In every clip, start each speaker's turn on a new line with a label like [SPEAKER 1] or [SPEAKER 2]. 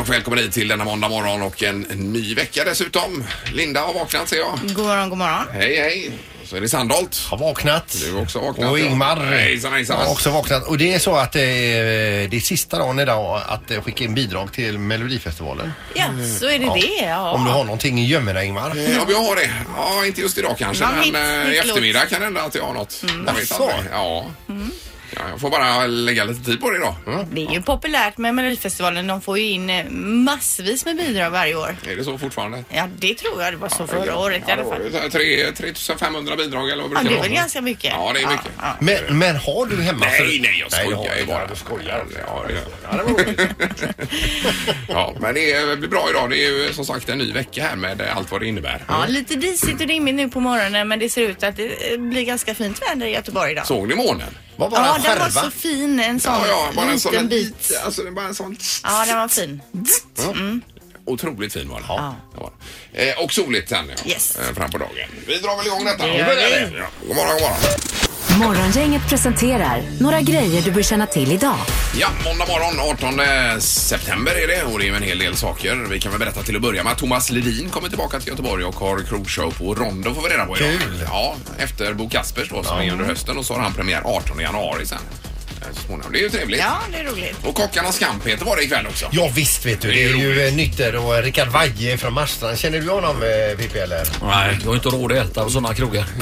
[SPEAKER 1] och välkommen hit till denna måndag morgon och en ny vecka dessutom. Linda har vaknat ser jag.
[SPEAKER 2] God morgon, god morgon.
[SPEAKER 1] Hej hej! Och så är det Sandholt.
[SPEAKER 3] Har vaknat.
[SPEAKER 1] Du har också vaknat.
[SPEAKER 3] Och
[SPEAKER 1] ja.
[SPEAKER 3] Ingmar.
[SPEAKER 1] Hejsan hejsan.
[SPEAKER 3] Har också vaknat. Och det är så att eh, det är sista dagen idag att eh, skicka in bidrag till Melodifestivalen.
[SPEAKER 2] Ja, så är det det.
[SPEAKER 3] Om du
[SPEAKER 2] Ja.
[SPEAKER 3] har någonting i gömmorna Ingmar.
[SPEAKER 1] Ja, vi har det. Ja, inte just idag kanske,
[SPEAKER 2] Ja,
[SPEAKER 1] men
[SPEAKER 2] hit-
[SPEAKER 1] eh, i
[SPEAKER 2] hitlåt.
[SPEAKER 1] eftermiddag kan det hända att jag har något.
[SPEAKER 2] Mm.
[SPEAKER 1] Jag vet
[SPEAKER 3] Jaså?
[SPEAKER 1] aldrig. Ja. ja. Jag får bara lägga lite tid på det idag.
[SPEAKER 2] Det är ju populärt med Melodifestivalen. De får ju in eh, massvis med bidrag varje år.
[SPEAKER 1] Är det så fortfarande?
[SPEAKER 2] Ja, det tror jag. Det var så förra året i
[SPEAKER 1] ja,
[SPEAKER 2] alla
[SPEAKER 1] det var ju
[SPEAKER 2] fall.
[SPEAKER 1] så här tre- 3500 bidrag eller vad
[SPEAKER 2] Ja,
[SPEAKER 1] brukar
[SPEAKER 2] det är
[SPEAKER 1] vara?
[SPEAKER 2] väl ganska mycket.
[SPEAKER 1] Ja, det är mycket.
[SPEAKER 2] Ja,
[SPEAKER 3] Men, men har du hemma?
[SPEAKER 1] Nej, nej, jag
[SPEAKER 3] det har
[SPEAKER 1] skojar ju
[SPEAKER 3] du.
[SPEAKER 1] bara.
[SPEAKER 3] Du skojar.
[SPEAKER 1] Ja, det, ja, det ja, men det blir bra idag. Det är ju som sagt en ny vecka här med allt vad det innebär. Mm.
[SPEAKER 2] ja. ja, lite disigt och dimmigt nu på morgonen men det ser ut att det eh, blir ganska fint väder i Göteborg idag.
[SPEAKER 1] Såg ni månen?
[SPEAKER 3] Vad var
[SPEAKER 2] Ja,
[SPEAKER 3] en
[SPEAKER 2] den var
[SPEAKER 3] skärva?
[SPEAKER 2] så fin. En sån
[SPEAKER 1] bara
[SPEAKER 2] liten
[SPEAKER 1] en sån
[SPEAKER 2] bit.
[SPEAKER 1] Alltså, det är bara en sån...
[SPEAKER 2] Ja, den var fin.
[SPEAKER 1] Mm.
[SPEAKER 2] Mm.
[SPEAKER 1] Otroligt fin var den. Det var den. Eh, och soligt sen ja.
[SPEAKER 2] Yes.
[SPEAKER 1] Eh, fram på dagen. Vi drar väl igång detta.
[SPEAKER 2] Det
[SPEAKER 1] Vi
[SPEAKER 2] gör
[SPEAKER 1] börjar
[SPEAKER 2] vi.
[SPEAKER 1] Ja. God morgon, god morgon.
[SPEAKER 4] Morgongänget presenterar några grejer du bör känna till idag.
[SPEAKER 1] Ja, måndag morgon 18 september är det och det är ju en hel del saker. Vi kan väl berätta till att börja med att Thomas Ledin kommer tillbaka till Göteborg och har krogshow på Rondo får vi reda på idag.
[SPEAKER 3] Kul.
[SPEAKER 1] Ja, efter Bo Kaspers då som är under hösten och så har han premiär 18 januari sen. Eh, Så småningom. Det är ju trevligt.
[SPEAKER 2] Ja, det är roligt.
[SPEAKER 1] Och Kockarnas kamp heter var det ikväll också.
[SPEAKER 3] Ja visst vet du, det är ju eh, Nytter och eh, Rickard Vaje från Marstrand. Känner du honom eh, Pippi eller?
[SPEAKER 5] Nej, jag har inte råd att äta på sådana krogar.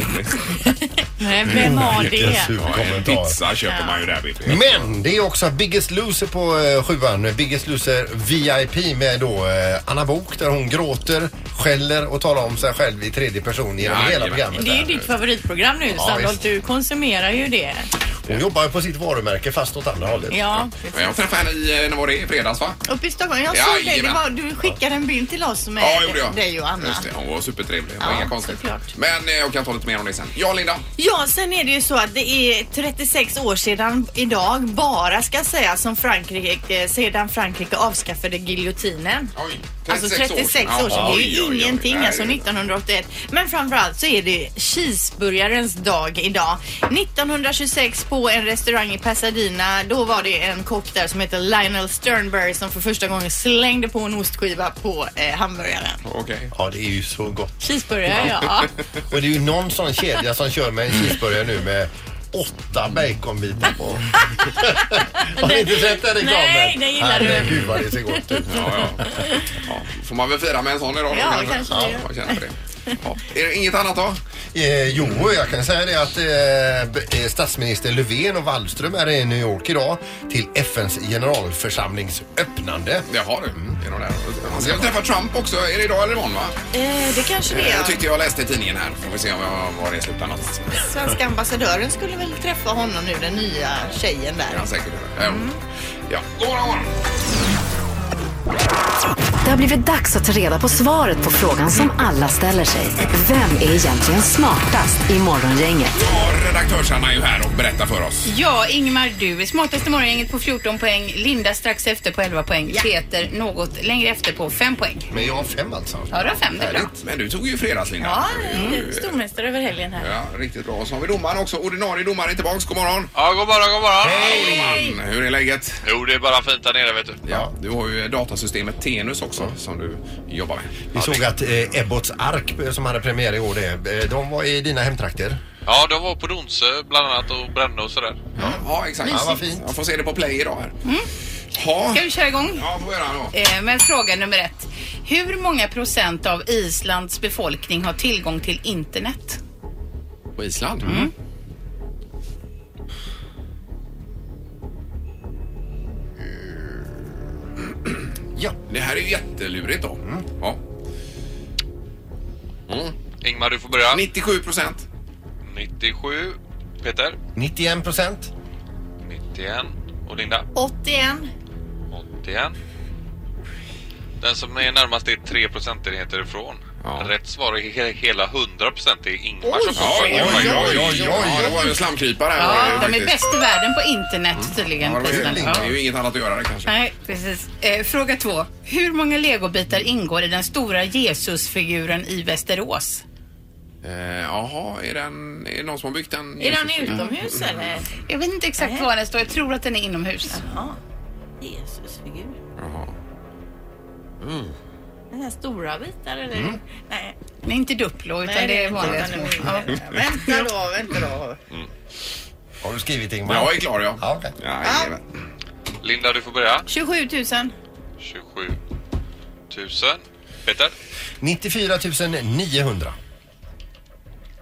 [SPEAKER 2] Nej, vem har det?
[SPEAKER 3] Vilken sur
[SPEAKER 1] Ja, en
[SPEAKER 3] kommentar.
[SPEAKER 1] pizza köper man ju där. vet du.
[SPEAKER 3] Men det är också Biggest Loser på eh, sjuan. Biggest Loser VIP med då eh, Anna Bok där hon gråter, skäller och talar om sig själv i tredje person genom hela
[SPEAKER 1] Jajamän.
[SPEAKER 3] programmet.
[SPEAKER 2] Det är ju
[SPEAKER 3] där.
[SPEAKER 2] ditt favoritprogram nu,
[SPEAKER 3] visst.
[SPEAKER 2] Sandholt. Du konsumerar ju det.
[SPEAKER 3] Hon jobbar ju på sitt varumärke fast åt andra hållet.
[SPEAKER 2] Ja.
[SPEAKER 1] Men Jag träffade henne i, eh, när var det? I fredags va?
[SPEAKER 2] Uppe i Stockholm. Jag såg dig. Det
[SPEAKER 1] Jajamän.
[SPEAKER 2] var, du skickade en bild till oss med
[SPEAKER 1] Ja, gjorde jag.
[SPEAKER 2] dig och Anna.
[SPEAKER 1] Just det, hon var supertrevlig. Det var
[SPEAKER 2] Ja,
[SPEAKER 1] inga konstigt.
[SPEAKER 2] såklart.
[SPEAKER 1] Men eh, jag kan ta lite mer om det sen. Ja, Linda.
[SPEAKER 2] Ja, sen är det ju så att det är 36 år sedan idag, bara ska säga, som Frankrike, eh, sedan Frankrike avskaffade giljotinen.
[SPEAKER 1] Oj, 36
[SPEAKER 2] Alltså 36
[SPEAKER 1] år
[SPEAKER 2] år sedan, det är
[SPEAKER 1] Oj, oj,
[SPEAKER 2] ju
[SPEAKER 1] oj.
[SPEAKER 2] ingenting
[SPEAKER 1] Nej,
[SPEAKER 2] alltså
[SPEAKER 1] det är-
[SPEAKER 2] 1981. Men framförallt så är det cheeseburgarens dag idag. 1926 på en restaurang i Pasadena, då var det en kock där som heter Lionel Sternberg som för första gången slängde på en ostskiva på eh, hamburgaren.
[SPEAKER 1] Okej.
[SPEAKER 3] Ja, det är ju så gott.
[SPEAKER 2] Cheeseburgare ja.
[SPEAKER 3] Och det är ju någon sån kedja som kör med en cheeseburgare nu med åtta baconbitar på. Har ni inte sett den reklamen?
[SPEAKER 2] Nej, det gillar du.
[SPEAKER 3] Herregud vad det ser gott ut.
[SPEAKER 1] Ja, ja. ja. Får man väl fira med en sån idag då,
[SPEAKER 2] Ja,
[SPEAKER 1] kanske?
[SPEAKER 2] kanske
[SPEAKER 1] ja,
[SPEAKER 2] det.
[SPEAKER 1] jag känner för det. Ja. Är det inget annat då?
[SPEAKER 3] Eh, jo, jag kan säga det att eh, b- eh, statsminister Löfven och Wallström är i New York idag till FNs generalförsamlings öppnande.
[SPEAKER 1] Jaha du.
[SPEAKER 3] Mm.
[SPEAKER 1] Det är nog där. Han ska väl träffa Trump också. Är det idag eller imorgon va?
[SPEAKER 2] Eh, det kanske det
[SPEAKER 1] Jag
[SPEAKER 2] är.
[SPEAKER 1] tyckte jag läste i tidningen här. Får vi se om jag, var det slutar någonstans.
[SPEAKER 2] Svenska ambassadören skulle väl träffa honom nu, den nya tjejen
[SPEAKER 1] Det
[SPEAKER 2] där.
[SPEAKER 1] är han säkert. Mm. Ja, god morgon, god morgon.
[SPEAKER 4] Det har blivit dags att ta reda på svaret på frågan som alla ställer sig. Vem är egentligen smartast i Morgongänget?
[SPEAKER 1] Ja, redaktörs-Anna är ju här och berättar för oss.
[SPEAKER 6] Ja, Ingmar, du är smartast i morgongänget på 14 poäng. Linda strax efter på 11 poäng. Peter något längre efter på 5 poäng.
[SPEAKER 3] Men jag har fem alltså.
[SPEAKER 6] Ja, du har fem. Det är bra.
[SPEAKER 1] Härligt. Men du tog ju fredags, Linda. Det är ju-
[SPEAKER 2] Mm, stormästare över helgen här.
[SPEAKER 1] Ja, riktigt bra. Och så har vi domaren också. Ordinarie domare är tillbaks. God morgon.
[SPEAKER 7] Ja, god morgon, god morgon.
[SPEAKER 1] Man, hur är läget?
[SPEAKER 7] Jo, det är bara fint där nere, vet du.
[SPEAKER 1] Ja, du har ju datasystemet Tenus också som du jobbar med.
[SPEAKER 3] Vi såg att eh, Ebbots ark eh, som hade premiär i år, det, eh, de var i dina hemtrakter.
[SPEAKER 7] Ja, de var på Donsö bland annat och brände och sådär.
[SPEAKER 1] Ja, exakt.
[SPEAKER 3] Ja, vad fint.
[SPEAKER 1] Jag får se det på play idag här. Ja,
[SPEAKER 6] Ska vi köra igång?
[SPEAKER 1] ja får jag göra då.
[SPEAKER 6] Eh, med fråga nummer ett. Hur många procent av Islands befolkning har tillgång till internet?
[SPEAKER 1] På Island? Mm.
[SPEAKER 3] Ja.
[SPEAKER 1] Det här är ju jättelurigt då. Mm. Ja.
[SPEAKER 7] Mm. Ingmar, du får börja.
[SPEAKER 1] 97 procent.
[SPEAKER 7] 97. Peter.
[SPEAKER 3] 91 procent.
[SPEAKER 7] 91. Och Linda.
[SPEAKER 2] 81.
[SPEAKER 7] 81. Den som är närmast är 3 procentenheter ifrån.
[SPEAKER 1] Ja.
[SPEAKER 7] Rätt svar är he- hela 100 procent. Det är Ingmar som
[SPEAKER 1] Ja,
[SPEAKER 7] får poäng.
[SPEAKER 1] oj, oj,
[SPEAKER 3] oj, oj.
[SPEAKER 1] Ja, det var ju en slamkrypare här. var det ju
[SPEAKER 6] Ja, de är
[SPEAKER 1] faktiskt. Mm.
[SPEAKER 6] bäst i världen på internet tydligen.
[SPEAKER 1] Ja, det, var ju,
[SPEAKER 6] Island.
[SPEAKER 1] det
[SPEAKER 6] Ja.
[SPEAKER 1] är ju inget annat att göra det kanske.
[SPEAKER 6] Nej, precis. Eh, fråga två. Hur många legobitar ingår i den stora Jesusfiguren i Västerås?
[SPEAKER 1] Eh, Jaha, är, den- är det någon som har byggt Mm. den?
[SPEAKER 2] Är han utomhus eller?
[SPEAKER 6] Jag vet inte exakt var den står. Jag tror att den är inomhus.
[SPEAKER 2] Jesusfigur.
[SPEAKER 1] Jaha.
[SPEAKER 6] Mm.
[SPEAKER 2] Den här stora bitar eller?
[SPEAKER 1] Mm.
[SPEAKER 2] Nej.
[SPEAKER 6] Nej, inte Duplo utan det är vanliga små. Ja.
[SPEAKER 2] Vänta då, vänta då.
[SPEAKER 3] Har du skrivit Ingmar?
[SPEAKER 1] Men jag är klar ja.
[SPEAKER 3] Ja, okej.
[SPEAKER 1] Jajamän.
[SPEAKER 7] Linda, du får börja.
[SPEAKER 2] 27 000.
[SPEAKER 7] 27 000. Peter
[SPEAKER 3] 94 900.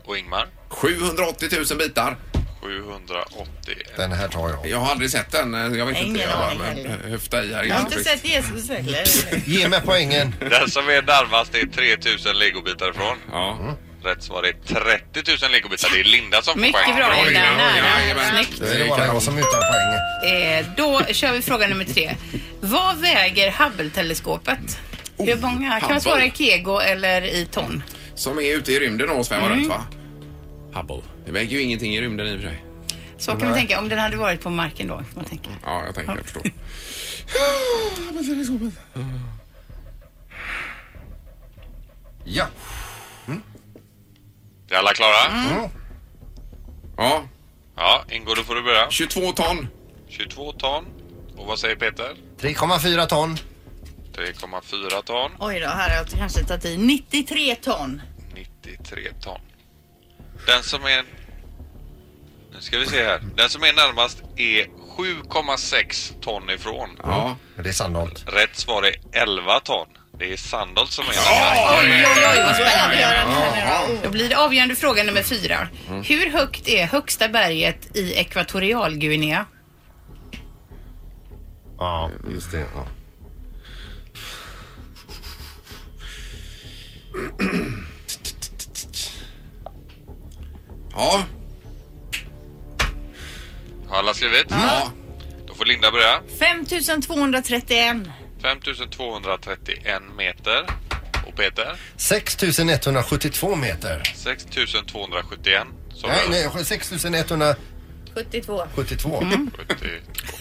[SPEAKER 7] och Ingmar.
[SPEAKER 1] 780 000 bitar.
[SPEAKER 7] 780.
[SPEAKER 3] Den här tar jag.
[SPEAKER 1] Jag har aldrig sett den. eh, Jag vet
[SPEAKER 2] Nej,
[SPEAKER 1] inte.
[SPEAKER 2] ingen
[SPEAKER 1] Jag
[SPEAKER 2] aning
[SPEAKER 1] men höfta i här.
[SPEAKER 2] Jag har inte sett Jesus heller.
[SPEAKER 3] Ge mig poängen.
[SPEAKER 7] Den som är närmast är 3000 legobitar ifrån.
[SPEAKER 1] Ja.
[SPEAKER 7] Rätt svar är 30 000 legobitar. Det är Linda som får
[SPEAKER 6] Mycket
[SPEAKER 7] poäng.
[SPEAKER 6] bra
[SPEAKER 1] Ja,
[SPEAKER 6] Linda,
[SPEAKER 1] ja, ja,
[SPEAKER 6] nära.
[SPEAKER 1] jajamän.
[SPEAKER 6] Snyggt.
[SPEAKER 3] Det liksom är bara jag som är utan poäng.
[SPEAKER 6] Eh, då kör vi fråga nummer tre. Vad väger Hubble-teleskopet?
[SPEAKER 1] Oh,
[SPEAKER 6] Hur många? Kan
[SPEAKER 1] Hubble.
[SPEAKER 6] man svara i kego eller i ton?
[SPEAKER 1] Som är ute i rymden och svävar runt va?
[SPEAKER 5] Hubble.
[SPEAKER 1] Det väger ju ingenting i rymden i och för sig.
[SPEAKER 6] Så kan man tänka, om den hade varit på marken då. Kan man tänka.
[SPEAKER 1] Ja, jag tänker jag förstår.
[SPEAKER 3] Ja.
[SPEAKER 1] Mm.
[SPEAKER 7] Är alla klara?
[SPEAKER 1] Ja,
[SPEAKER 7] Ja, Ingo, då får du börja.
[SPEAKER 1] 22 ton.
[SPEAKER 7] 22 ton. Och vad säger Peter?
[SPEAKER 3] 3,4 ton.
[SPEAKER 7] 3,4 ton.
[SPEAKER 2] Oj då, här har jag kanske tagit i 93 ton.
[SPEAKER 7] 93 ton. Den som är... Nu ska vi se här. Den som är närmast är 7,6 ton ifrån.
[SPEAKER 1] Ja.
[SPEAKER 3] Men Det är Sandholt.
[SPEAKER 7] Rätt svar är 11 ton. Det är Sandholt som är
[SPEAKER 1] Ja,
[SPEAKER 7] närmast.
[SPEAKER 6] Oj, oj, oj, vad spännande.
[SPEAKER 1] Ja. Mm.
[SPEAKER 6] Då blir det avgörande fråga nummer fyra. Hur högt är högsta berget i Ekvatorialguinea?
[SPEAKER 3] Ja, just det. Ja.
[SPEAKER 1] Ja.
[SPEAKER 7] Har alla skrivit?
[SPEAKER 1] ja.
[SPEAKER 7] Då får Linda börja.
[SPEAKER 2] 5231.
[SPEAKER 7] 5231 meter. Och Peter?
[SPEAKER 3] 6 172 meter.
[SPEAKER 7] 6271. Som
[SPEAKER 3] Nej,
[SPEAKER 7] jag-
[SPEAKER 3] nej, 6 172.
[SPEAKER 2] 72.
[SPEAKER 3] Mm.
[SPEAKER 7] sjuttio-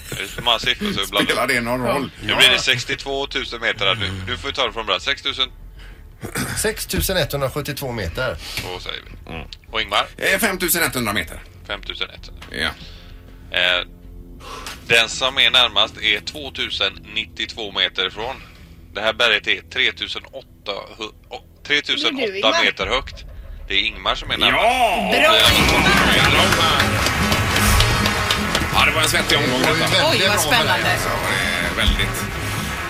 [SPEAKER 7] Det är så många siffror så ibland...
[SPEAKER 1] Spelar det någon roll?
[SPEAKER 7] Nu blir det 62 000 meter här. Du, du får ju ta det från början. 6000
[SPEAKER 3] 6 172 meter.
[SPEAKER 7] och säger vi. Och Ingmar?
[SPEAKER 1] Eh, 5100 meter.
[SPEAKER 7] 5100.
[SPEAKER 1] Ja.
[SPEAKER 7] Eh, den som är närmast är 2092 meter ifrån. Det här berget är 3800 och- 3008
[SPEAKER 2] Det är du, Ingmar.
[SPEAKER 7] meter högt. Det är Ingmar som är närmast. eh,
[SPEAKER 1] Ja!
[SPEAKER 6] Bra!
[SPEAKER 1] Ja, det var en svettig omgång
[SPEAKER 3] Det var ju
[SPEAKER 1] detta.
[SPEAKER 3] väldigt
[SPEAKER 6] Oj, vad
[SPEAKER 3] bra för dig,
[SPEAKER 6] spännande.
[SPEAKER 3] alltså.
[SPEAKER 1] Eh, Väldigt.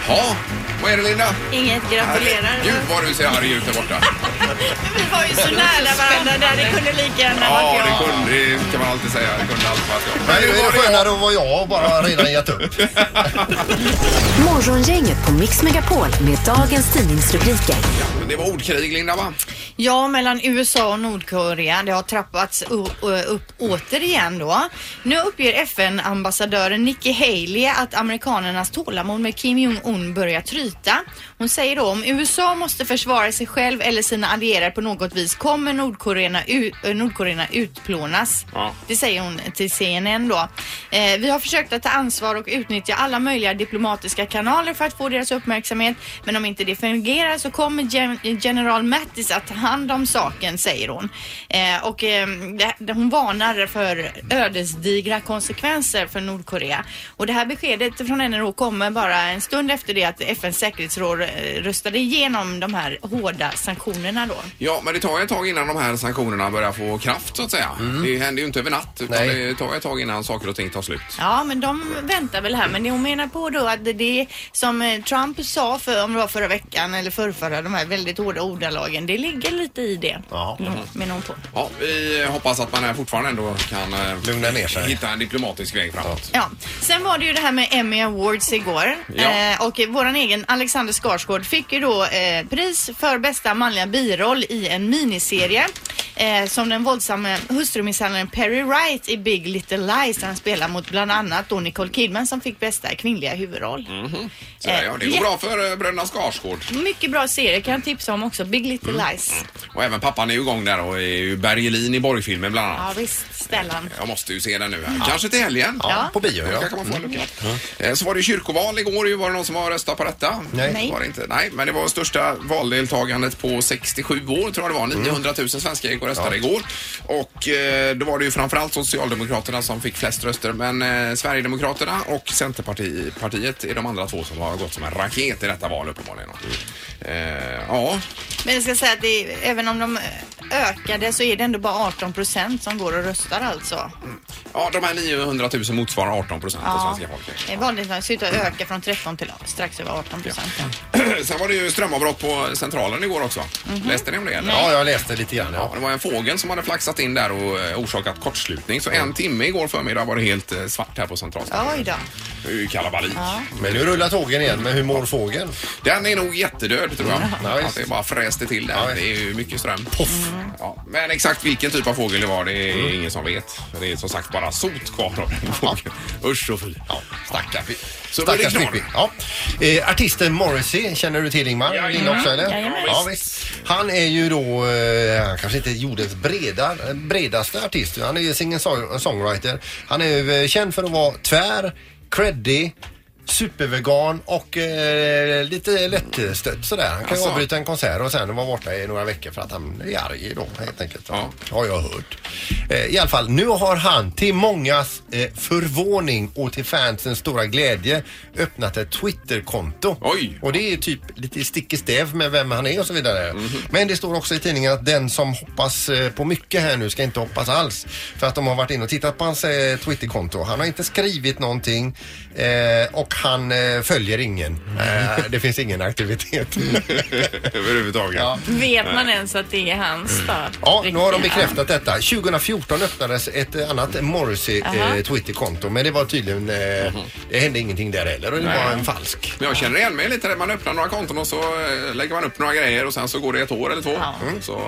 [SPEAKER 1] Ja, vad är det Linda?
[SPEAKER 2] Inget gratulerar.
[SPEAKER 1] Gud vad du ser arg ut där borta.
[SPEAKER 2] Vi var ju så nära varandra där. Det kunde lika gärna
[SPEAKER 1] Ja,
[SPEAKER 2] varit
[SPEAKER 1] det
[SPEAKER 2] jag.
[SPEAKER 1] kunde det kan man alltid säga. Det kunde allt vara jag.
[SPEAKER 3] Men nu är det skönare att vara jag och bara redan gett upp.
[SPEAKER 4] Morgongänget på Mix Megapol med dagens tidningsrubriker.
[SPEAKER 1] Men Det var ordkrig Linda va?
[SPEAKER 2] Ja, mellan USA och Nordkorea. Det har trappats o- ö- upp återigen då. Nu uppger FN-ambassadören Nikki Haley att amerikanernas tålamod med Kim Jong-Un börjar tryta. Hon säger då om USA måste försvara sig själv eller sina allierade på något vis kommer Nordkorea, u- ö, Nordkorea utplånas. Det säger hon till CNN då. Eh, vi har försökt att ta ansvar och utnyttja alla möjliga diplomatiska kanaler för att få deras uppmärksamhet. Men om inte det fungerar så kommer gen- general Mattis att ta hand om saken, säger hon. Eh, och eh, det, det, hon varnar för ödesdigra konsekvenser för Nordkorea. Och det här beskedet från henne då kommer bara en stund efter det att FNs säkerhetsråd eh, röstade igenom de här hårda sanktionerna då.
[SPEAKER 1] Ja, men det tar ju ett tag innan de här sanktionerna börjar få kraft så att säga. Det händer ju inte över natt utan
[SPEAKER 3] Nej.
[SPEAKER 1] det tar ju ett tag innan saker och ting tar slut.
[SPEAKER 2] Ja, men de väntar väl här. Men det hon menar på då att det som eh, Trump sa för, om det var förra veckan eller förrförra, de här väldigt hårda ordalagen, det ligger lite i det.
[SPEAKER 3] Ja.
[SPEAKER 2] Mm, Menar hon på.
[SPEAKER 1] Ja, vi hoppas att man här fortfarande ändå kan eh,
[SPEAKER 3] Lugna ner sig.
[SPEAKER 1] hitta en diplomatisk väg framåt.
[SPEAKER 2] Ja. Sen var det ju det här med Emmy Awards igår.
[SPEAKER 1] Ja.
[SPEAKER 2] Eh, och våran egen Alexander Skarsgård fick ju då eh, pris för bästa manliga biroll i en miniserie. Eh, som den våldsamme hustrumisshandlaren Perry Wright i Big Little Lies där han spelar mot bland annat då Nicole Kidman som fick bästa kvinnliga huvudroll.
[SPEAKER 1] Mhm. Så, där, ja, det går
[SPEAKER 2] Eh,
[SPEAKER 1] bra för eh, bröderna Skarsgård.
[SPEAKER 2] Mycket bra serie kan jag tipsa om också. Big Little
[SPEAKER 3] Mm.
[SPEAKER 2] Lies.
[SPEAKER 1] Och även pappan är ju igång där och är ju Bergelin i Borgfilmen bland annat.
[SPEAKER 2] Ja visst, Stellan.
[SPEAKER 1] Jag måste ju se den nu här. Kanske till helgen.
[SPEAKER 3] Ja, på bio
[SPEAKER 1] Ja.
[SPEAKER 3] ja.
[SPEAKER 1] Kanske man får en lucka. Eh, Så var det kyrkoval igår. ju. Var det någon som har röstat på detta?
[SPEAKER 3] Nej.
[SPEAKER 2] Nej.
[SPEAKER 1] Var det inte? Nej, men det var största valdeltagandet på 67 år tror jag det var. 900 000 svenskar gick och röstade igår. Och eh, då var det ju framförallt Socialdemokraterna som fick flest röster men eh, Sverigedemokraterna och Centerpartiet är de andra två som har gått som en raket i detta val uppenbarligen. Eh, ja,
[SPEAKER 2] Men jag ska säga att det, även om de eh, ökade så är det ändå bara 18 procent som går och röstar alltså.
[SPEAKER 1] ja, de här 900 000 motsvarar 18 procent av svenska folket.
[SPEAKER 2] Det är vanligt att sluta öka från 13 till strax över 18 procent.
[SPEAKER 1] Sen var det ju strömavbrott på Centralen igår också. Läste ni om det? Eller?
[SPEAKER 3] Mhm. Ja, jag läste lite grann.
[SPEAKER 1] Ja,
[SPEAKER 3] Ja.
[SPEAKER 1] det var en fågel som hade flaxat in där och eh, orsakat kortslutning. Så
[SPEAKER 3] Mm.
[SPEAKER 1] en timme igår förmiddag var det helt eh, svart här på Centralstationen.
[SPEAKER 2] Oj då.
[SPEAKER 1] Det är ju kalabalik.
[SPEAKER 3] Men nu rullar tågen igen. Men hur mår fågeln?
[SPEAKER 1] Den är nog jättedöd tror jag.
[SPEAKER 3] Ja,
[SPEAKER 1] att
[SPEAKER 3] visst.
[SPEAKER 1] det bara fräste till där.
[SPEAKER 3] Ja, visst.
[SPEAKER 1] det är ju mycket ström. Poff. Ja, men exakt vilken typ av fågel det var det är
[SPEAKER 3] Mm.
[SPEAKER 1] ingen som vet. Det är som sagt bara sot kvar av den fågeln. Usch och fy. Ja, stackar. Så blir det
[SPEAKER 3] Stackars
[SPEAKER 1] knorr.
[SPEAKER 3] Pippi. Ja. Eh, artisten Morrissey känner du till Ingmar?
[SPEAKER 1] Jajamän.
[SPEAKER 3] Din också, eller?
[SPEAKER 1] Jajamän.
[SPEAKER 3] Ja, visst. Han är ju då, eh, han kanske inte jordens breda, bredaste artist. Han är ju singer-songwriter. Han är ju eh, känd för att vara tvär, creddig, supervegan och eh, lite lättstött sådär. Han kan
[SPEAKER 1] Alltså.
[SPEAKER 3] ju avbryta en konsert och sen vara borta i några veckor för att han är arg då helt enkelt.
[SPEAKER 1] Ja.
[SPEAKER 3] Har jag hört. Eh, I alla fall, nu har han till mångas eh, förvåning och till fansens stora glädje öppnat ett Twitterkonto.
[SPEAKER 1] Oj.
[SPEAKER 3] Och det är typ lite stick i stäv med vem han är och så vidare.
[SPEAKER 1] Mhm.
[SPEAKER 3] Men det står också i tidningen att den som hoppas eh, på mycket här nu ska inte hoppas alls. För att de har varit inne och tittat på hans eh, Twitterkonto. Han har inte skrivit någonting eh, och han eh, följer ingen.
[SPEAKER 1] Mm.
[SPEAKER 3] Eh, det finns ingen aktivitet.
[SPEAKER 1] Överhuvudtaget.
[SPEAKER 3] Ja.
[SPEAKER 8] Vet man ens att det är hans
[SPEAKER 3] Mm.
[SPEAKER 8] då?
[SPEAKER 3] Ja, nu har de
[SPEAKER 8] Riktiga.
[SPEAKER 3] bekräftat detta. 2014 öppnades ett eh, annat Morrissey eh, Twitterkonto men det var tydligen, eh,
[SPEAKER 1] Mhm.
[SPEAKER 3] det hände ingenting där heller och det var en falsk.
[SPEAKER 1] Men jag känner igen mig lite där. Man öppnar några konton och så eh, lägger man upp några grejer och sen så går det ett år eller två. Mm. Så,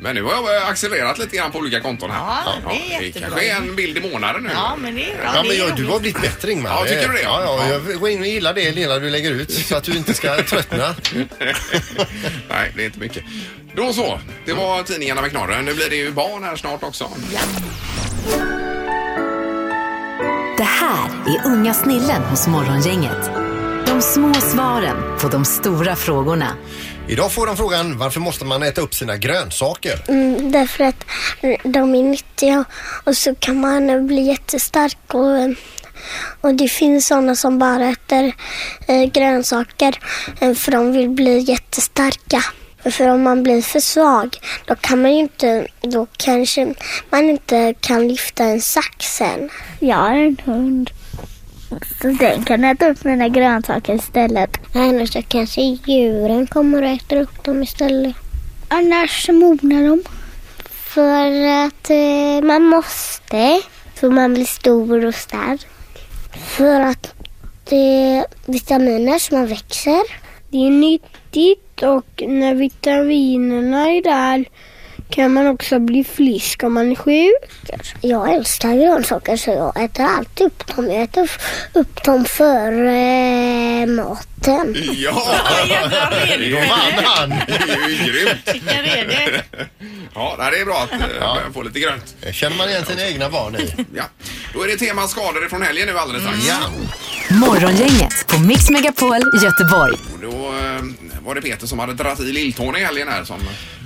[SPEAKER 1] men nu har jag accelererat lite grann på olika konton här.
[SPEAKER 2] Ja, det är jättebra.
[SPEAKER 1] kanske är en bild i månaden nu.
[SPEAKER 2] Ja, men det är bra.
[SPEAKER 3] Ja,
[SPEAKER 2] det
[SPEAKER 3] men
[SPEAKER 2] är
[SPEAKER 3] jag,
[SPEAKER 2] roligt.
[SPEAKER 3] du har blivit bättre Ingmar.
[SPEAKER 1] Ja, tycker du det?
[SPEAKER 3] Eh, Ja, ja,
[SPEAKER 1] Ja.
[SPEAKER 3] jag går in och gillar det lilla du lägger ut så att du inte ska tröttna.
[SPEAKER 1] Nej, det är inte mycket. Då så. Det var tidningarna med knorren. Nu blir det ju barn här snart också.
[SPEAKER 4] Det här är unga snillen hos Morgongänget. De små svaren på de stora frågorna.
[SPEAKER 3] Idag får de frågan varför måste man äta upp sina grönsaker?
[SPEAKER 9] Mm, därför att eh, de är nyttiga och så kan man eh, bli jättestark. Och, eh, och det finns sådana som bara äter eh, grönsaker eh, för de vill bli jättestarka. För om man blir för svag, då kan man ju inte, då kanske man inte kan lyfta en sax sen. Jag har en hund. Så den kan äta upp mina grönsaker istället. Annars så kanske djuren kommer och äter upp dem istället. Annars mognar de. För att eh, man måste. För man blir stor och stark. För att det är vitaminer som man växer. Det är nyttigt och när vitaminerna är där kan man också bli frisk om man är sjuk. Jag älskar grönsaker så jag äter alltid upp dem. Jag äter upp dem före maten.
[SPEAKER 1] Ja!
[SPEAKER 8] Jädra
[SPEAKER 1] Det
[SPEAKER 8] redig.
[SPEAKER 1] är
[SPEAKER 3] Vann han!
[SPEAKER 1] ju grymt.
[SPEAKER 8] Vilken redig.
[SPEAKER 1] Ja, nej, det är bra att eh, börja få lite grönt.
[SPEAKER 3] Eh, Känner man igen sina egna barn i?
[SPEAKER 1] Ja. Då är det tema skador från helgen nu alldeles strax.
[SPEAKER 3] Ja.
[SPEAKER 4] Morgongänget på Mix Megapol Göteborg.
[SPEAKER 1] Och Då eh, var det Peter som hade dragit i lilltån i helgen här som...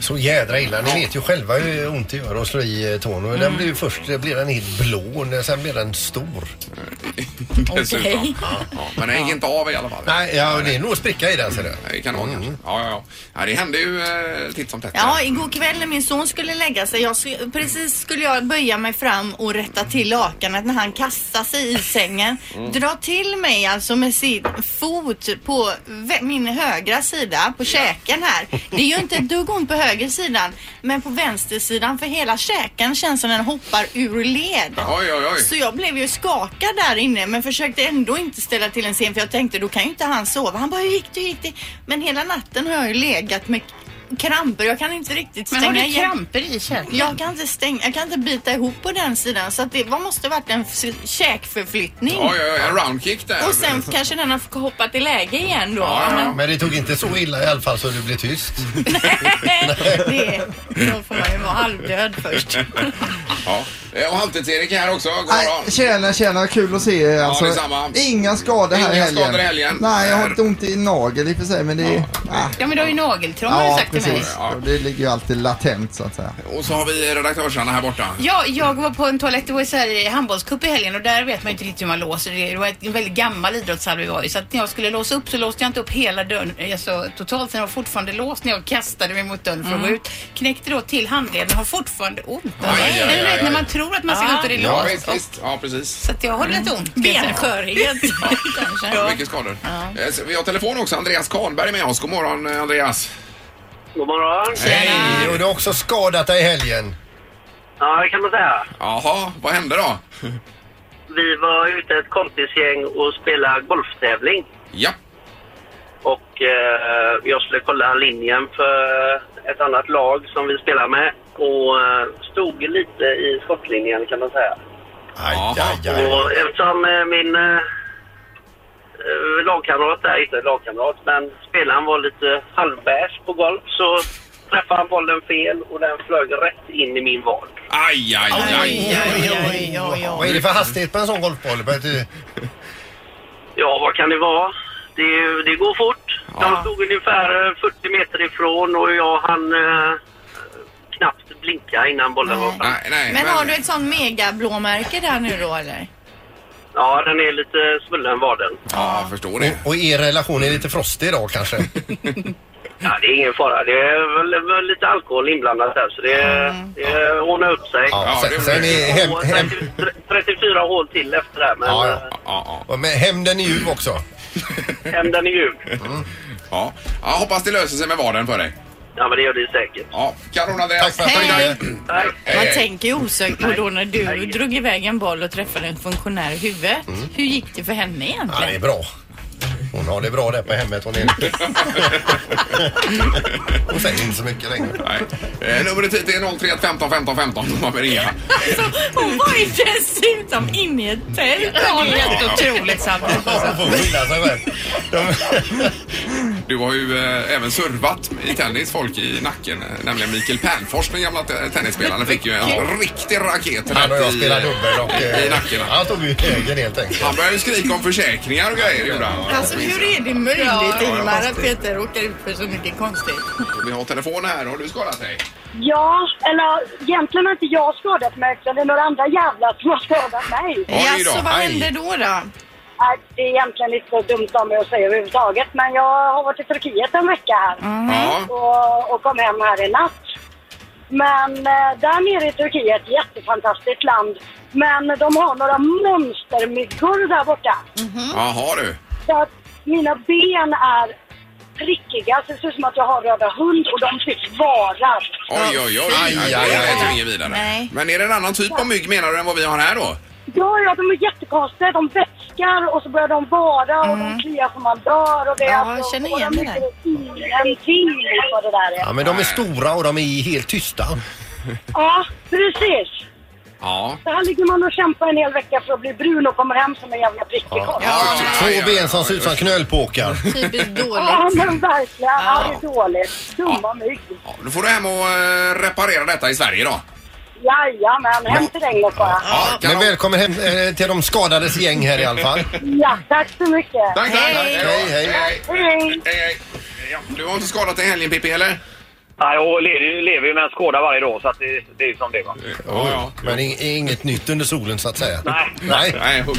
[SPEAKER 3] Så jädra illa. Ni vet ju själva hur ont det gör att slå i eh, tån. Och
[SPEAKER 1] Mm.
[SPEAKER 3] den blir ju först eh, blir den helt blå och sen blir den stor.
[SPEAKER 1] Dessutom. Ja, men den gick inte av i alla fall.
[SPEAKER 3] Nej, ja, det är nog spricka i den ser du. Mm.
[SPEAKER 1] Det kan det vara kanske. Ja, ja, ja. ja, det hände ju eh, titt som tätt.
[SPEAKER 2] Ja, igår kväll när min son skulle lägga sig, jag, sk- precis skulle jag böja mig fram och rätta till lakanet när han kastar sig i sängen. Dra till mig alltså med sin fot på vä- min högra sida, på käken här. Det är ju inte ett dugg ont på höger sidan, men på vänstersidan för hela käken känns som den hoppar ur led.
[SPEAKER 1] Oj, oj, oj.
[SPEAKER 2] Så jag blev ju skakad där inne men försökte ändå inte ställa till en scen för jag tänkte då kan ju inte han sova. Han bara hur gick det, hur gick det? Men hela natten har jag ju legat med kramper. Jag kan inte riktigt
[SPEAKER 6] Men
[SPEAKER 2] stänga
[SPEAKER 6] har du
[SPEAKER 2] igen.
[SPEAKER 6] kramper i käken?
[SPEAKER 2] Jag kan inte stänga, jag kan inte bita ihop på den sidan så att det vad måste varit en f- käkförflyttning.
[SPEAKER 1] Oj, oj, oj. En roundkick där.
[SPEAKER 8] Och sen kanske den har hoppat i läge igen då.
[SPEAKER 1] Ja, ja, ja.
[SPEAKER 3] Men det tog inte så illa i alla fall så du blev tyst.
[SPEAKER 2] Det, då får man ju vara halvdöd först.
[SPEAKER 1] Ja. Eh, Och Halvtids-Erik är här också. God morgon.
[SPEAKER 10] Nej, tjena, tjena, kul att se er. Alltså,
[SPEAKER 1] detsamma.
[SPEAKER 10] inga skador här i
[SPEAKER 1] Inga
[SPEAKER 10] helgen.
[SPEAKER 1] skador i helgen.
[SPEAKER 10] Nej, jag har inte ont i nagel i och för sig, men det är... Ah.
[SPEAKER 6] Ja, men du har ju nageltrång har du sagt till mig.
[SPEAKER 10] precis. Och Det ligger ju alltid latent så att säga.
[SPEAKER 1] Och så har vi redaktörsarna här borta.
[SPEAKER 6] Ja, jag var på en toalett, det var ju så här i handbollscup i helgen och där vet man ju inte riktigt hur man låser det. Det var en väldigt gammal idrottshall vi var i så att när jag skulle låsa upp så låste jag inte upp hela dörren alltså, totalt. Den var fortfarande låst när jag kastade mig mot dörren för att gå
[SPEAKER 1] Mm.
[SPEAKER 6] ut. Knäckte då till handleden, har fortfarande ont. Alltså,
[SPEAKER 1] aj,
[SPEAKER 6] det är
[SPEAKER 1] aj,
[SPEAKER 6] rätt
[SPEAKER 1] aj.
[SPEAKER 6] när man tror att man ska gå ut och det är
[SPEAKER 1] Ja,
[SPEAKER 6] låst.
[SPEAKER 1] visst, visst. Mm. Ja, precis.
[SPEAKER 6] Så att jag har lite ont. ska jag säga.
[SPEAKER 11] Benskörhet.
[SPEAKER 6] Kanske.
[SPEAKER 1] Ja. Mycket skador. Eh, så Vi har telefon också. Andreas Karlberg är med oss. God morgon, eh, Andreas.
[SPEAKER 12] God morgon.
[SPEAKER 3] Hej! Och du har också skadat dig i helgen.
[SPEAKER 12] Ja, det kan man säga.
[SPEAKER 1] Jaha, vad hände då?
[SPEAKER 12] Vi var ute ett kompisgäng och spelade golftävling.
[SPEAKER 1] Ja.
[SPEAKER 12] Och eh, jag skulle kolla linjen för ett annat lag som vi spelar med. Och eh, stod lite i skottlinjen kan man säga.
[SPEAKER 3] Aj,
[SPEAKER 1] Ja.
[SPEAKER 3] aj, aj.
[SPEAKER 12] Och eftersom eh, min eh, eh, lagkamrat där, inte lagkamrat, men spelaren var lite halvbärs på golf så träffade han bollen fel och den flög rätt in i min vard.
[SPEAKER 1] Aj, aj, aj.
[SPEAKER 3] Vad är det för hastighet på en sån golfboll? Börjar du-
[SPEAKER 12] Ja, vad kan det vara? Det, det går fort. De stod ungefär eh, 40 meter ifrån och jag hann eh, knappt blinka innan bollen var framme.
[SPEAKER 1] Nej, nej,
[SPEAKER 2] Men har du ett sånt megablåmärke där nu då eller?
[SPEAKER 12] Ja, den är lite svullen var den.
[SPEAKER 1] Ja, jag förstår det.
[SPEAKER 3] Och, och er relation är lite frostig idag kanske?
[SPEAKER 12] Ja, det är ingen fara. Det är väl, väl lite alkohol inblandat där så det,
[SPEAKER 2] Mm.
[SPEAKER 12] det ordnar upp sig.
[SPEAKER 3] Ja,
[SPEAKER 1] det
[SPEAKER 3] sen,
[SPEAKER 1] blir
[SPEAKER 3] sen är hem,
[SPEAKER 12] Och
[SPEAKER 3] hem,
[SPEAKER 12] 30, 34 hål till efter det här, men
[SPEAKER 3] Ja, ja.
[SPEAKER 12] eh,
[SPEAKER 1] Ja, ja.
[SPEAKER 3] och med hämnden är ljuv också.
[SPEAKER 12] hämnden är ljuv.
[SPEAKER 1] ja. ja, hoppas det löser sig med vardagen för dig.
[SPEAKER 12] Ja, men det gör det säkert.
[SPEAKER 1] Ja, kanon
[SPEAKER 3] Tack
[SPEAKER 1] Andreas.
[SPEAKER 3] för att du ringde.
[SPEAKER 12] Tack.
[SPEAKER 1] Hej,
[SPEAKER 11] Man
[SPEAKER 1] hej.
[SPEAKER 11] tänker ju osökt på då när du drog iväg en boll och träffade en funktionär i huvudet. Hur gick det för henne
[SPEAKER 3] Mm. Ja, det är
[SPEAKER 11] egentligen?
[SPEAKER 3] bra. Hon har det bra där på hemmet. Hon, är... hon säger inte så mycket längre.
[SPEAKER 1] Nej. Eh, Numret hit är 031 15 15 15 om man vill ringa.
[SPEAKER 11] Alltså, Hon var ju dessutom inne i ett tält.
[SPEAKER 6] Ja, det är helt otroligt samtidigt.
[SPEAKER 3] Hon får skylla sig själv. De-
[SPEAKER 1] Du har ju eh, även servat i tennis folk i nacken, eh, nämligen Mikael Pernfors, den gamla te- tennisspelaren, fick ju en riktig raket
[SPEAKER 3] Han och jag
[SPEAKER 1] i-
[SPEAKER 3] spelar dubbel och... eh,
[SPEAKER 1] i nacken.
[SPEAKER 3] Han stod ju i högen helt enkelt.
[SPEAKER 1] Han började ju skrika om försäkringar och grejer gjorde han.
[SPEAKER 2] Alltså hur är det möjligt Ingmar att Peter åker ut för så mycket konstigt?
[SPEAKER 1] Vi har telefon här, har du skadat dig?
[SPEAKER 13] Ja, eller egentligen har inte jag skadat mig utan det är några andra jävlar som har skadat mig.
[SPEAKER 1] Oj då,
[SPEAKER 2] Jaså, vad
[SPEAKER 1] aj.
[SPEAKER 2] hände då då?
[SPEAKER 13] Nej, Det är egentligen inte så dumt av mig att säga överhuvudtaget men jag har varit i Turkiet en vecka här
[SPEAKER 2] Mm.
[SPEAKER 1] Ja.
[SPEAKER 13] och, och kom hem här i natt. Men eh, där nere i Turkiet, jättefantastiskt land, men de har några monstermyggor där borta.
[SPEAKER 2] Mhm.
[SPEAKER 1] Jaha du.
[SPEAKER 13] Så att mina ben är prickiga, så det ser ut som att jag har röda hund och de fick varar.
[SPEAKER 1] Oj, oj, oj.
[SPEAKER 3] Aj, aj, aj.
[SPEAKER 1] Det är inget vidare.
[SPEAKER 2] Nej.
[SPEAKER 1] Men är det en annan typ av mygg menar du än vad vi har här då?
[SPEAKER 13] Ja, ja, de är jättekonstiga. De vätskar och så börjar de vara och de kliar som man dör. Och det,
[SPEAKER 2] Mm. Ja,
[SPEAKER 13] alltså,
[SPEAKER 2] jag känner
[SPEAKER 13] och de
[SPEAKER 2] igen det där.
[SPEAKER 13] är Ingenting mot vad det där är.
[SPEAKER 3] Ja, men de är stora och de är helt tysta.
[SPEAKER 13] Ja, precis.
[SPEAKER 1] Ja.
[SPEAKER 13] Så här ligger man och kämpar en hel vecka för att bli brun och kommer hem som en jävla prickig ja.
[SPEAKER 1] Ja, ja,
[SPEAKER 3] Två
[SPEAKER 1] ja, ja,
[SPEAKER 3] ben som
[SPEAKER 1] ja,
[SPEAKER 3] ser ut som
[SPEAKER 1] ja.
[SPEAKER 3] knölpåkar.
[SPEAKER 2] Typiskt dåligt.
[SPEAKER 13] Ja, men verkligen. Ja, det är dåligt. Dumma mygg.
[SPEAKER 1] Ja, Då får du hem och eh, reparera detta i Sverige då.
[SPEAKER 13] Jajamän, hem till regnet bara.
[SPEAKER 1] Ja,
[SPEAKER 3] Men
[SPEAKER 1] kanon.
[SPEAKER 3] välkommen hem eh, till de skadades gäng här i alla fall.
[SPEAKER 13] Ja, tack så mycket.
[SPEAKER 1] Tack, tack. Hej, då.
[SPEAKER 3] Hej, hej.
[SPEAKER 13] Hej.
[SPEAKER 1] Hej, hej. Ja, du har inte skadat dig i helgen Pippi eller?
[SPEAKER 12] Ja, jag lever, lever ju med en skåda varje dag så att det, det är ju som det var.
[SPEAKER 1] Ja, ja.
[SPEAKER 3] Men ing- inget nytt under solen så att säga.
[SPEAKER 12] Nej.
[SPEAKER 3] Nej.
[SPEAKER 1] Nej, hugg.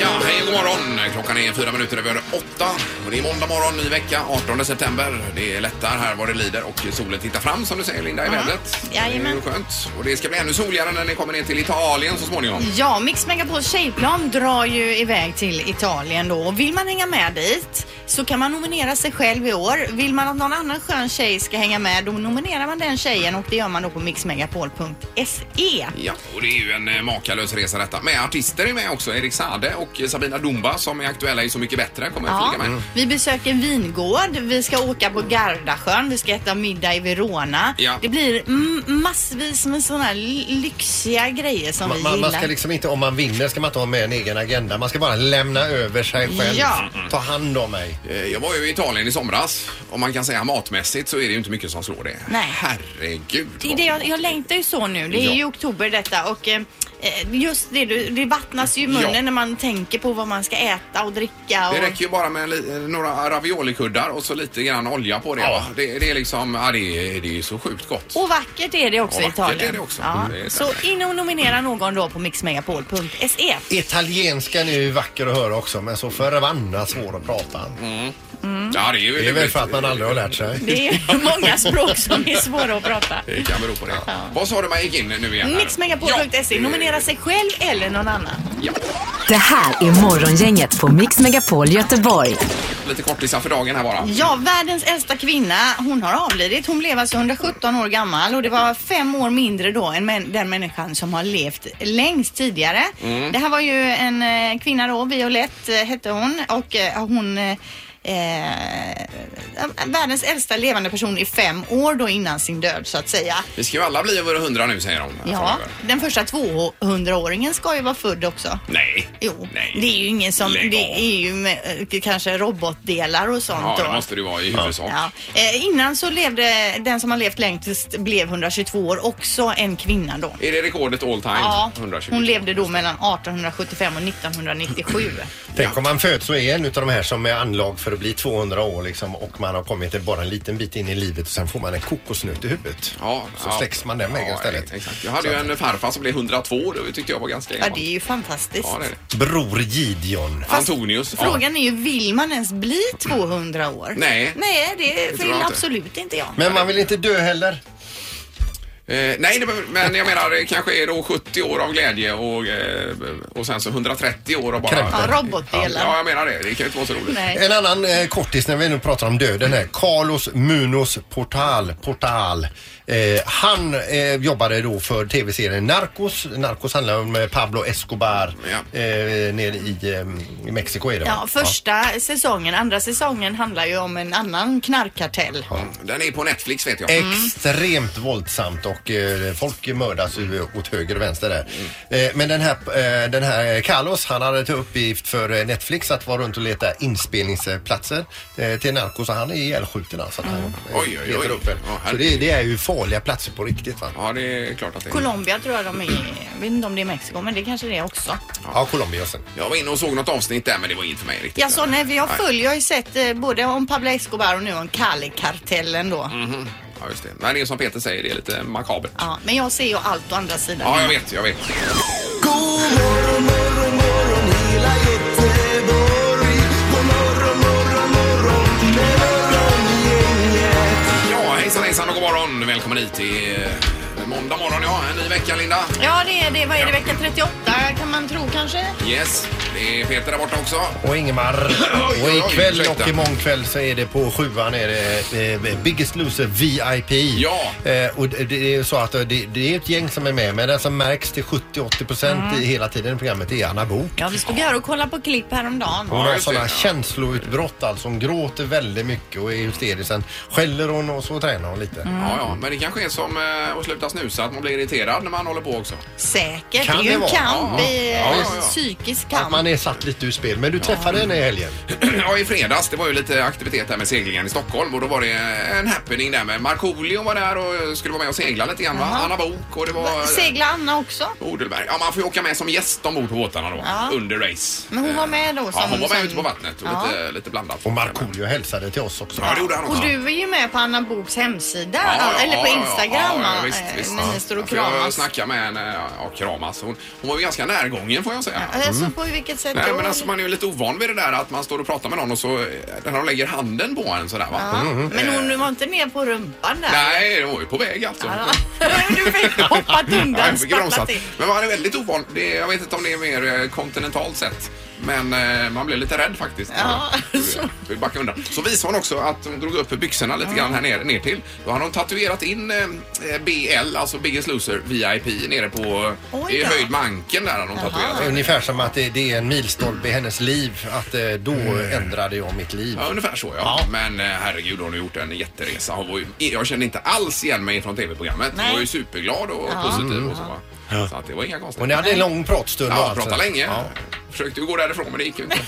[SPEAKER 1] Ja, hej och god morgon. Klockan är fyra minuter över åtta. Och det är måndag morgon, ny vecka, 18 september. Det är lättar här vad det lider och solen tittar fram som du säger Linda i vädret.
[SPEAKER 2] Jajamän.
[SPEAKER 1] Det är skönt. Och det ska bli ännu soligare när ni kommer ner till Italien så småningom.
[SPEAKER 2] Ja, Mix Megapols tjejplan drar ju iväg till Italien då. Och vill man hänga med dit så kan man nominera sig själv i år. Vill man att någon annan skön tjej ska hänga med då nominerar man den tjejen och det gör man då på mixmegapol.se.
[SPEAKER 1] Ja, och det är ju en eh, makalös resa detta. Med artister är med också. Erik Sade och eh, Sabina Dumba som är aktuella i Så mycket bättre kommer jag
[SPEAKER 2] Ja.
[SPEAKER 1] flyga
[SPEAKER 12] Mm.
[SPEAKER 1] med.
[SPEAKER 2] Vi besöker en vingård, vi ska åka på Gardasjön, vi ska äta middag i Verona.
[SPEAKER 3] Ja.
[SPEAKER 2] Det blir m- massvis med sådana här ly- lyxiga grejer som vi
[SPEAKER 3] Man, man,
[SPEAKER 2] gillar.
[SPEAKER 3] man ska liksom inte, om man vinner ska man inte ha med en egen agenda. Man ska bara lämna över sig själv.
[SPEAKER 1] Ja.
[SPEAKER 3] Ta hand om mig.
[SPEAKER 1] Eh, Jag var ju i Italien i somras. Om man kan säga matmässigt så är det ju inte mycket som slår det.
[SPEAKER 2] Nej.
[SPEAKER 1] Herregud.
[SPEAKER 2] Det är det jag, jag längtar ju så nu. Det är
[SPEAKER 1] Ja.
[SPEAKER 2] ju oktober detta och eh, eh, just det, du- det vattnas ju i munnen
[SPEAKER 1] Ja.
[SPEAKER 2] när man tänker på vad man ska äta och dricka. Och...
[SPEAKER 1] Det räcker ju bara med li- eh, några ravioolikuddar och så lite grann olja på det. va? Det, det är liksom, ja, det, är, det är ju så sjukt gott.
[SPEAKER 2] Och vackert är det också
[SPEAKER 1] Ja,
[SPEAKER 2] i
[SPEAKER 1] vackert
[SPEAKER 2] Italien.
[SPEAKER 1] är det också.
[SPEAKER 2] Ja.
[SPEAKER 1] Mm, det är
[SPEAKER 2] Så in och nominera någon då på mixmegapol.se.
[SPEAKER 3] Italienskan är ju vacker att höra också men så förbannat svår att prata.
[SPEAKER 1] Mm. Ja, det är, ju
[SPEAKER 3] det är väl för att man aldrig har lärt sig.
[SPEAKER 2] Det är många språk som är svåra att prata.
[SPEAKER 1] Det kan bero på det. Vad sa du man gick in nu igen? här?
[SPEAKER 2] Mixmegapol.se. Nominera sig själv eller någon annan.
[SPEAKER 4] Det här är Morgongänget på Mix Megapol Göteborg.
[SPEAKER 1] Lite kortisar för dagen här bara.
[SPEAKER 2] Ja, världens äldsta kvinna, hon har avlidit. Hon blev alltså 117 år gammal och det var fem år mindre då än män- den människan som har levt längst tidigare.
[SPEAKER 8] Mm.
[SPEAKER 2] Det här var ju en eh, kvinna då, Violette eh, hette hon och eh, hon eh, Eh, världens äldsta levande person i fem år då innan sin död så att säga.
[SPEAKER 1] Vi ska ju alla bli över 100 nu säger de.
[SPEAKER 2] Ja, den första 200-åringen ska ju vara född också.
[SPEAKER 1] Nej.
[SPEAKER 2] Jo, det är ju ingen som,
[SPEAKER 1] Lägg
[SPEAKER 2] det är ju med, eh, kanske robotdelar och sånt
[SPEAKER 1] Ja,
[SPEAKER 2] då.
[SPEAKER 1] det måste det ju vara i huvudsak.
[SPEAKER 2] Ja. Eh, innan så levde den som har levt längst blev 122 år, också en kvinna då.
[SPEAKER 1] Är det rekordet all time?
[SPEAKER 2] Ja,
[SPEAKER 1] 120.
[SPEAKER 2] hon levde då mellan 1875 och 1997.
[SPEAKER 3] Tänk om man föds och är en av de här som är anlag för att bli 200 år liksom, och man har kommit bara en liten bit in i livet och sen får man en kokosnöt i huvudet.
[SPEAKER 1] Ja,
[SPEAKER 3] så
[SPEAKER 1] ja.
[SPEAKER 3] släcks man den vägen
[SPEAKER 1] Ja,
[SPEAKER 3] istället.
[SPEAKER 1] Exakt. Jag hade ju en farfar som blev 102 år. Det tyckte jag var ganska
[SPEAKER 2] Ja,
[SPEAKER 1] gammalt.
[SPEAKER 2] det är ju fantastiskt.
[SPEAKER 1] Ja, det är det.
[SPEAKER 3] Bror Gideon.
[SPEAKER 1] Antonius. Ja.
[SPEAKER 2] Frågan är ju, vill man ens bli 200 år?
[SPEAKER 1] Nej.
[SPEAKER 2] Nej, det
[SPEAKER 1] tror jag
[SPEAKER 2] vill
[SPEAKER 1] inte.
[SPEAKER 2] absolut inte jag.
[SPEAKER 3] Men man vill inte dö heller.
[SPEAKER 1] Eh, nej, det, behöver- men jag menar det kanske är då 70 år av glädje och, eh, och sen så 130 år och bara...
[SPEAKER 3] Krämpor. Ja, robotdelar.
[SPEAKER 1] Ja, jag menar det. Det kan ju inte vara så roligt.
[SPEAKER 3] En annan eh, kortis när vi nu pratar om döden är Carlos Munoz Portal. Portal. Eh, han eh, jobbade då för tv-serien Narcos. Narcos handlar om eh, Pablo Escobar eh, nere i, eh, i Mexiko är det va?
[SPEAKER 2] Ja, första säsongen, andra säsongen handlar ju om en annan knarkkartell.
[SPEAKER 1] Den är på Netflix vet jag.
[SPEAKER 3] Mm. Extremt våldsamt och eh, folk mördas ju åt höger och vänster där.
[SPEAKER 1] Mm.
[SPEAKER 3] Eh, men den här, eh, den här Carlos han hade till uppgift för eh, Netflix att vara runt och leta inspelningsplatser eh, till Narcos och han är ihjälskjuten alltså. att Han, eh,
[SPEAKER 1] Mm. Oj, oj, oj.
[SPEAKER 3] letar upp en. Så det, det är ju farliga platser på riktigt va?
[SPEAKER 1] Ja, det är klart att det
[SPEAKER 2] Colombia tror jag de är, jag vet inte om det är Mexiko, men det kanske det är också.
[SPEAKER 3] Ja, Colombia sen.
[SPEAKER 1] Jag var inne och såg något avsnitt där men det var inget för mig riktigt.
[SPEAKER 2] Jag sa nej, för jag
[SPEAKER 1] Nej.
[SPEAKER 2] följer, jag har ju sett eh, både om Pablo Escobar och nu om Cali-kartellen då.
[SPEAKER 1] Mhm. Ja, just det. Men det är som Peter säger, det är lite makabert.
[SPEAKER 2] Ja, men jag ser ju allt å andra sidan.
[SPEAKER 1] Ja, jag vet, jag vet. Ja, hejsan hejsan och god morgon. Välkommen hit till eh, måndag morgon, ja. En ny vecka, Linda.
[SPEAKER 2] Ja, det är det. Vad är det? Vecka 38 kan man tro kanske?
[SPEAKER 1] Yes, det är Peter där borta också.
[SPEAKER 3] Och Ingemar.
[SPEAKER 1] Oj,
[SPEAKER 3] Och
[SPEAKER 1] oj, oj,
[SPEAKER 3] ikväll
[SPEAKER 1] ursäkta.
[SPEAKER 3] och imorgon kväll så är det på sjuan är det eh, Biggest Loser VIP.
[SPEAKER 1] Ja.
[SPEAKER 3] Eh, och det- det är ju så att eh, det, det är ett gäng som är med men den som märks till 70-80 procent
[SPEAKER 2] Mm.
[SPEAKER 3] i hela tiden i programmet är Anna Bok.
[SPEAKER 2] Ja, vi stod här och kollade på klipp häromdagen.
[SPEAKER 3] Hon har sådana känsloutbrott alltså. Hon gråter väldigt mycket och är hysterisk. Sen skäller hon och så tränar hon lite.
[SPEAKER 1] Mm. Ja, ja, men det kanske är som eh, att sluta snusa, att man blir irriterad när man håller på också.
[SPEAKER 2] Säkert.
[SPEAKER 3] Kan
[SPEAKER 2] det är ju
[SPEAKER 3] det
[SPEAKER 2] en
[SPEAKER 3] vara?
[SPEAKER 2] kamp,
[SPEAKER 3] Ja.
[SPEAKER 2] i,
[SPEAKER 1] Ja, ja, ja.
[SPEAKER 2] eh, psykisk kamp.
[SPEAKER 3] Man är satt lite ur spel. Men du träffade henne i helgen.
[SPEAKER 1] Ja, i fredags. Det var ju lite aktivitet där med seglingen i Stockholm och då var det en happening där med Markoolio var där och skulle vara med och segla lite grann va?
[SPEAKER 2] Jaha.
[SPEAKER 1] Anna Bok och det var...
[SPEAKER 2] Segla Anna också?
[SPEAKER 1] Odelberg. Ja, man får ju åka med som gäst ombord på båtarna då
[SPEAKER 2] Ja.
[SPEAKER 1] under race.
[SPEAKER 2] Men hon var med då? Som,
[SPEAKER 1] Ja, hon var med
[SPEAKER 2] som-
[SPEAKER 1] ute på vattnet och
[SPEAKER 2] Ja.
[SPEAKER 1] lite, lite blandat.
[SPEAKER 3] Och Markoolio hälsade till oss också.
[SPEAKER 1] Ja, det gjorde han också.
[SPEAKER 2] Och du är ju med på Anna Boks hemsida,
[SPEAKER 1] Ja, ja,
[SPEAKER 2] eller på
[SPEAKER 1] ja, ja,
[SPEAKER 2] Instagram,
[SPEAKER 1] ja,
[SPEAKER 2] va?
[SPEAKER 1] ja, visst,
[SPEAKER 2] Eh,
[SPEAKER 1] visst.
[SPEAKER 2] när ni står och
[SPEAKER 1] Ja, för Jag
[SPEAKER 2] kramas.
[SPEAKER 1] snackade med henne, ja, kramas. Hon, hon var ju ganska närgången får jag säga.
[SPEAKER 2] Alltså på vilket sätt
[SPEAKER 1] Mm. Nej,
[SPEAKER 2] då?
[SPEAKER 1] men alltså, man är ju lite ovan vid det där att man står och pratar med någon och så eh, när de lägger handen på en sådär va.
[SPEAKER 2] Ja. Mm, Men
[SPEAKER 1] Eh,
[SPEAKER 2] hon var inte ner på rumpan där?
[SPEAKER 1] Nej, det var ju på väg alltså.
[SPEAKER 2] Ja, du fick hoppat
[SPEAKER 1] Ja,
[SPEAKER 2] undan,
[SPEAKER 1] jag fick bromsat.
[SPEAKER 2] spattat in.
[SPEAKER 1] Men man är väldigt ovan. Det, jag vet inte om det är mer eh, kontinentalt sett. Men eh, man blev lite rädd faktiskt.
[SPEAKER 2] Ja,
[SPEAKER 1] så. Vill backa undan. Så visade hon också att hon drog upp byxorna lite grann här ner, ner till. Då hade hon tatuerat in eh, BL Hotel, alltså Biggest Loser VIP nere på
[SPEAKER 3] Oj
[SPEAKER 1] i
[SPEAKER 3] då.
[SPEAKER 1] höjd med ankeln där har de tatuerat. sig.
[SPEAKER 3] Ungefär som att det, det är en milstolpe i hennes liv. Att eh, då
[SPEAKER 1] Mm.
[SPEAKER 3] ändrade jag mitt liv.
[SPEAKER 1] Ja, ungefär så ja. Men eh, herregud, hon har gjort en jätteresa. Hon var ju, jag kände inte alls igen mig från tv-programmet. Hon var ju superglad och
[SPEAKER 3] Ja.
[SPEAKER 1] positiv och så. Va? Så att det var inga konstigheter.
[SPEAKER 3] Och Mm. ni hade en lång pratstund och
[SPEAKER 1] Ja,
[SPEAKER 3] allt
[SPEAKER 1] pratade
[SPEAKER 3] sånt.
[SPEAKER 1] länge.
[SPEAKER 3] Ja.
[SPEAKER 1] Försökte ju gå därifrån men det gick ju inte.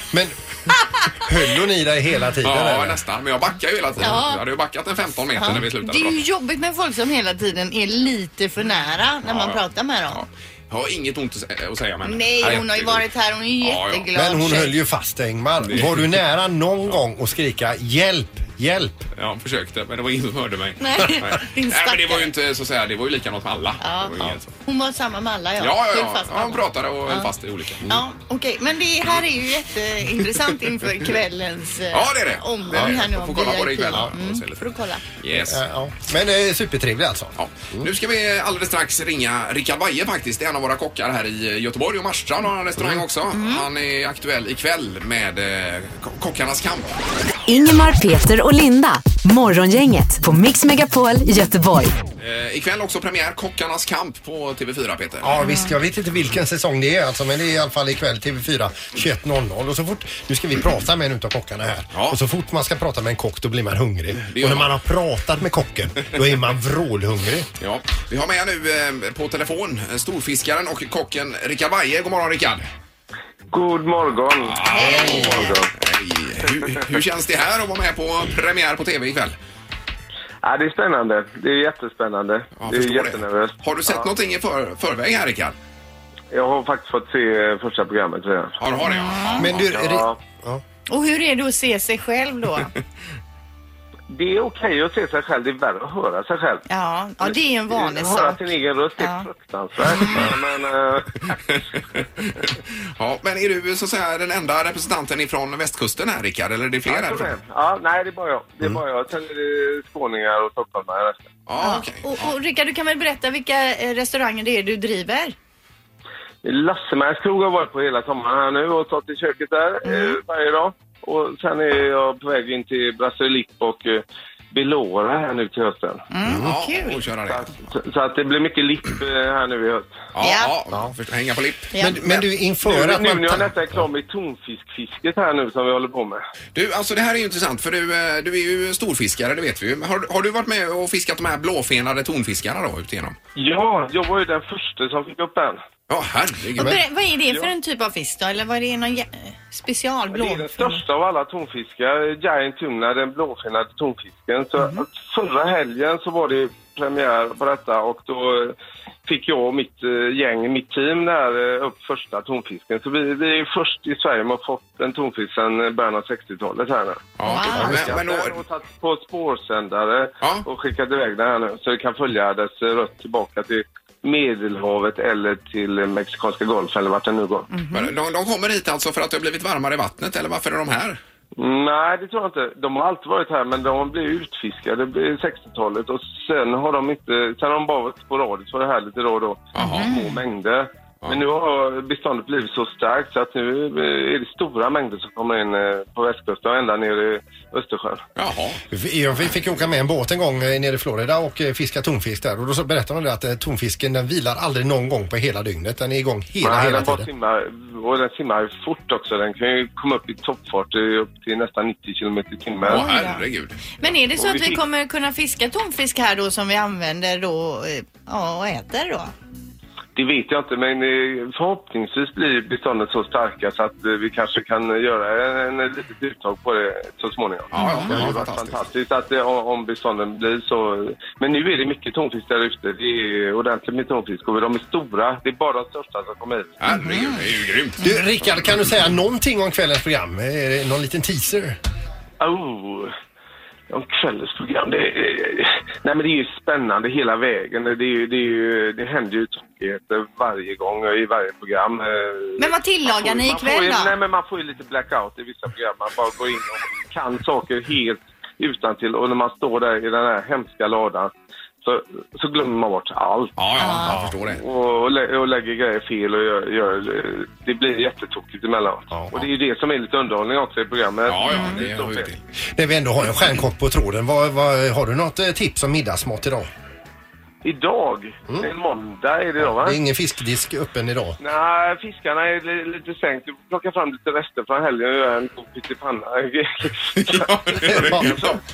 [SPEAKER 3] Höll hon i dig hela tiden?
[SPEAKER 1] Ja,
[SPEAKER 3] eller?
[SPEAKER 1] nästan. Men jag backar ju hela tiden.
[SPEAKER 2] Ja.
[SPEAKER 1] Jag hade ju backat en 15 meter
[SPEAKER 2] Ja.
[SPEAKER 1] när vi slutade
[SPEAKER 2] Det är ju
[SPEAKER 1] prata.
[SPEAKER 2] jobbigt med folk som hela tiden är lite för nära när
[SPEAKER 1] Ja,
[SPEAKER 2] man
[SPEAKER 1] ja.
[SPEAKER 2] pratar med dem.
[SPEAKER 1] Jag har inget ont att sä- att säga om henne.
[SPEAKER 2] Nej, hon har ju varit här. Hon är ju
[SPEAKER 1] Ja, ja.
[SPEAKER 2] jätteglad.
[SPEAKER 3] Men hon
[SPEAKER 2] tjej.
[SPEAKER 3] höll ju fast Engvall.
[SPEAKER 1] Det-
[SPEAKER 3] Var du nära någon gång att skrika hjälp, hjälp?
[SPEAKER 1] Ja, försökte. Men det var ingen som hörde mig.
[SPEAKER 2] Nej, din
[SPEAKER 1] Nej men det
[SPEAKER 2] stackare.
[SPEAKER 1] var ju inte så att säga. Det var ju likadant med alla.
[SPEAKER 2] Ja.
[SPEAKER 1] Det var inget så.
[SPEAKER 2] Hon var samma med alla,
[SPEAKER 1] Ja,
[SPEAKER 2] ja.
[SPEAKER 1] ja,
[SPEAKER 2] Höll
[SPEAKER 1] ja.
[SPEAKER 2] fast
[SPEAKER 1] ja. Hon pratade och höll
[SPEAKER 2] Ja.
[SPEAKER 1] fast i olika. Mm.
[SPEAKER 2] Ja, okej. Men det här är ju jätteintressant inför kvällens eh,
[SPEAKER 1] Ja, det är det.
[SPEAKER 2] omgång
[SPEAKER 1] Det är det.
[SPEAKER 2] här nu
[SPEAKER 1] Jag får
[SPEAKER 2] om
[SPEAKER 1] kolla på det
[SPEAKER 2] VIP.
[SPEAKER 1] ikväll. Ja,
[SPEAKER 2] Mm,
[SPEAKER 1] det ser lite-
[SPEAKER 2] får du kolla.
[SPEAKER 1] Yes.
[SPEAKER 3] Eh, ja. Men eh, supertrevlig alltså.
[SPEAKER 1] Ja. Nu ska vi alldeles strax ringa Rickard Weihe faktiskt. Det är en av våra kockar här i Göteborg och Marstrand
[SPEAKER 3] Mm.
[SPEAKER 1] har en restaurang också.
[SPEAKER 2] Mm.
[SPEAKER 1] Han är aktuell ikväll med eh, ko- Kockarnas kamp.
[SPEAKER 4] Ingemar, Peter och Linda. Morgongänget på Mix Megapol Göteborg.
[SPEAKER 1] Eh, ikväll också premiär Kockarnas kamp på TV4 Peter.
[SPEAKER 3] Ja visst, jag vet inte vilken säsong det är alltså, men det är i alla fall ikväll TV4 21.00 och så fort, nu ska vi prata med en utav kockarna här och så fort man ska prata med en kock då blir man hungrig.
[SPEAKER 1] Det gör
[SPEAKER 3] Och när man
[SPEAKER 1] man.
[SPEAKER 3] har pratat med kocken då är man vrålhungrig.
[SPEAKER 1] Ja, vi har med nu eh, på telefon eh, storfiskaren och kocken Rickard Weihe. God morgon Rickard!
[SPEAKER 14] God morgon!
[SPEAKER 1] Hej! Hur, hur känns det här att vara med på premiär på TV ikväll?
[SPEAKER 14] Ja, det är spännande. Det är jättespännande. det är
[SPEAKER 1] förstår det.
[SPEAKER 14] jättenervöst.
[SPEAKER 1] Har du sett någonting i för, förväg här Rickard?
[SPEAKER 14] Jag har faktiskt fått se eh, första programmet redan.
[SPEAKER 1] Ja, du har det
[SPEAKER 2] Mm.
[SPEAKER 1] ja.
[SPEAKER 3] Men du,
[SPEAKER 14] ja.
[SPEAKER 2] Och hur är det att se sig själv då?
[SPEAKER 14] Det är okej att se sig själv. Det är värre att höra sig själv.
[SPEAKER 2] Ja, ja det är en vanlig
[SPEAKER 14] Höra
[SPEAKER 2] sak.
[SPEAKER 14] sin egen röst är fruktansvärt.
[SPEAKER 1] Mm.
[SPEAKER 14] Men, eh,
[SPEAKER 1] Ja, men är du så att säga den enda representanten ifrån västkusten här Mm. Rickard? Eller är det fler
[SPEAKER 14] ja,
[SPEAKER 1] härifrån?
[SPEAKER 14] problem. ja, nej, det är bara jag. Det är bara jag. Sen är det skåningar och stockholmare.
[SPEAKER 1] Ja,
[SPEAKER 2] Och, och Rickard, du kan väl berätta vilka eh, restauranger det är du driver?
[SPEAKER 14] Lassemärs krog har jag varit på hela sommaren här nu och stått i köket där
[SPEAKER 1] Mm.
[SPEAKER 14] eh, varje dag. Och sen är jag på väg in till Brasilipp och eh, Belora här nu till hösten.
[SPEAKER 1] ja, kul! Och Mm. köra det.
[SPEAKER 14] Så, så att det blir mycket lipp eh, här nu i höst.
[SPEAKER 1] Ja, ja. för- hänga på lipp.
[SPEAKER 14] Ja. Men- men du,
[SPEAKER 3] inför
[SPEAKER 14] nu,
[SPEAKER 3] att
[SPEAKER 14] nu
[SPEAKER 3] man
[SPEAKER 14] när jag
[SPEAKER 3] tar-
[SPEAKER 14] nästan är klar med tonfiskfisket här nu som vi håller på med.
[SPEAKER 1] Du, alltså det här är ju intressant för du, eh, du är ju storfiskare, det vet vi ju. Men Har, har du varit med och fiskat de här blåfenade tonfiskarna då, ut igenom?
[SPEAKER 14] Ja, jag var ju den första som fick upp den.
[SPEAKER 1] Ja, herregud.
[SPEAKER 2] Och berä- vad är det för
[SPEAKER 14] Ja.
[SPEAKER 2] en typ av fisk då? Eller vad är det någon jä- special
[SPEAKER 14] Det är
[SPEAKER 2] blå?
[SPEAKER 14] den största av alla tonfiskar, giant tuna, den blåskinnade tonfisken. Så förra helgen så var det premiär på detta och då eh, fick jag och mitt eh, gäng, mitt team där, eh, upp första tonfisken. Så vi, vi är ju först i Sverige med att ha fått en tonfisk sedan eh, början av 60-talet här nu.
[SPEAKER 1] Ja, men, men,
[SPEAKER 14] då... Och satt på spårsändare och skickat iväg den här nu så vi kan följa dess eh, rött tillbaka till Medelhavet eller till eh, Mexikanska golfen eller vart den nu går.
[SPEAKER 1] men de, de kommer hit alltså för att det har blivit varmare i vattnet, eller varför är de här?
[SPEAKER 14] Nej, det tror jag inte. De har alltid varit här, men de blev utfiskade på 60-talet och sen har de inte... Sen har de bara varit sporadiskt var det här lite då och då. Små mängder. Men nu har beståndet blivit så starkt så att nu eh, är det stora mängder som kommer in eh, på västkusten och ända ner i Östersjön.
[SPEAKER 1] Jaha.
[SPEAKER 3] Vi jag fick åka med en båt en gång eh, nere i Florida och eh, fiska tonfisk där och då så berättade de det att eh, tonfisken den vilar aldrig någon gång på hela dygnet. Den är igång hela,
[SPEAKER 14] Nej,
[SPEAKER 3] hela
[SPEAKER 14] den bara
[SPEAKER 3] tiden.
[SPEAKER 14] simmar, och den simmar ju fort också. Den kan ju komma upp i toppfart eh, upp till nästan 90 kilometer i timmen.
[SPEAKER 2] Åh, herregud. Men är det så
[SPEAKER 14] Och
[SPEAKER 2] att vi
[SPEAKER 14] fick-
[SPEAKER 2] kommer kunna fiska tonfisk här då som vi använder då eh, ja, och äter då?
[SPEAKER 14] Det vet jag inte, men eh, förhoppningsvis blir beståndet så starka så att eh, vi kanske kan eh, göra en, en litet uttag på det så småningom.
[SPEAKER 1] Ja,
[SPEAKER 14] det hade ju varit fantastiskt. att eh, om- om bestånden blir så. Men nu är det mycket tonfisk där ute. Det är ordentligt med tonfisk och de är stora. Det är bara de största som kommer hit.
[SPEAKER 1] Herregud, det är ju grymt.
[SPEAKER 3] Du Rickard, kan du säga någonting om kvällens program? Eh, Är det någon liten teaser?
[SPEAKER 14] Oh. Om kvällens program, det är, nej men det är ju spännande hela vägen. Det, är, ju- det, är, ju- det händer ju tokigheter varje gång och i varje program. eh,
[SPEAKER 2] Men vad tillagar ni
[SPEAKER 14] Man får ju-
[SPEAKER 2] ikväll då?
[SPEAKER 14] Nej, men man får ju lite blackout i vissa program. Man bara går in och kan saker helt utan till och när man står där i den här hemska ladan så, så glömmer man bort allt.
[SPEAKER 1] Ja, ja, jag förstår det.
[SPEAKER 14] Och, och, lä- och lägger grejer fel och gör, gör, det blir jättetokigt emellanåt. och det är ju det som är lite underhållning också i programmet. Ja, ja, det är det.
[SPEAKER 3] När vi ändå har en stjärnkock på tråden, vad, vad, har du något eh, tips om middagsmat idag?
[SPEAKER 14] Idag, det är måndag är det idag va?
[SPEAKER 3] Det är ingen fiskdisk öppen idag.
[SPEAKER 14] Nej, fiskarna är li- lite sänkt. Du plockar fram lite rester från helgen och gör en god pyttipanna.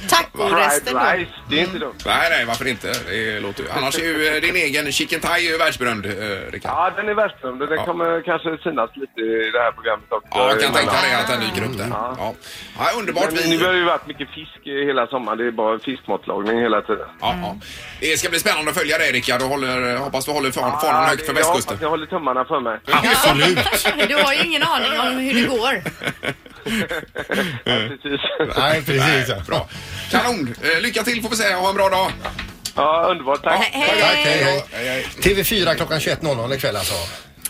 [SPEAKER 1] Tacorester
[SPEAKER 14] Fried rice, det är inte dumt.
[SPEAKER 1] Mm. Nej, nej, varför inte? Det låter ju... Annars är ju eh, din egen chicken thai är ju världsberömd, eh, Rickard.
[SPEAKER 14] Ja, den är världsberömd och den
[SPEAKER 1] Ja.
[SPEAKER 14] kommer kanske synas lite i det här programmet också.
[SPEAKER 1] Ja, jag kan tänka
[SPEAKER 14] Emellan.
[SPEAKER 1] mig att den dyker upp där. Ja. Ja, underbart.
[SPEAKER 14] Men
[SPEAKER 1] Vi...
[SPEAKER 14] Nu har det ju varit mycket fisk eh, hela sommaren. Det är bara fiskmatlagning hela tiden.
[SPEAKER 1] Ja, ja. Det ska bli spännande att följa dig, Rickard. Och håller, hoppas du håller fan- fanan
[SPEAKER 14] Ja,
[SPEAKER 1] högt
[SPEAKER 14] det-
[SPEAKER 1] för
[SPEAKER 14] jag hoppas
[SPEAKER 1] västkusten.
[SPEAKER 14] Jag håller tummarna för mig.
[SPEAKER 1] Absolut.
[SPEAKER 2] Du har ju ingen aning om hur det går.
[SPEAKER 14] precis.
[SPEAKER 3] Nej, precis.
[SPEAKER 1] bra. Kanon. Eh, Lycka till får vi säga och ha en bra dag.
[SPEAKER 14] Ja, underbart. Tack.
[SPEAKER 1] hej.
[SPEAKER 3] hej, hej.
[SPEAKER 1] Hej, hej.
[SPEAKER 3] TV4 klockan 21.00 ikväll alltså.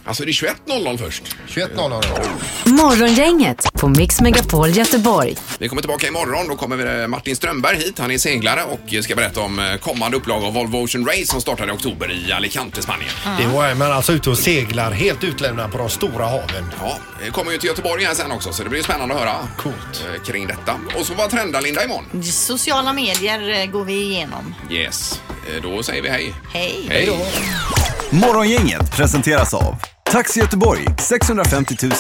[SPEAKER 1] Alltså det är 21.00 först.
[SPEAKER 3] 21.00.
[SPEAKER 4] Morgongänget på Mix Megapol Göteborg.
[SPEAKER 1] Vi kommer tillbaka imorgon. Då kommer eh, Martin Strömberg hit. Han är seglare och ska berätta om eh, kommande upplaga av Volvo Ocean Race som startar i oktober i Alicante, Spanien.
[SPEAKER 3] Det var man alltså ute och seglar helt utlämnad på de stora haven.
[SPEAKER 1] Ja, det Eh, kommer ju till Göteborg här sen också så det blir ju spännande att höra eh, kring detta. Och så vad trendar Linda imorgon?
[SPEAKER 2] Sociala medier eh, går vi igenom.
[SPEAKER 1] Yes, Eh, då säger vi hej.
[SPEAKER 2] Hej.
[SPEAKER 1] Hej då.
[SPEAKER 15] Morgongänget presenteras av Taxi Göteborg 650 000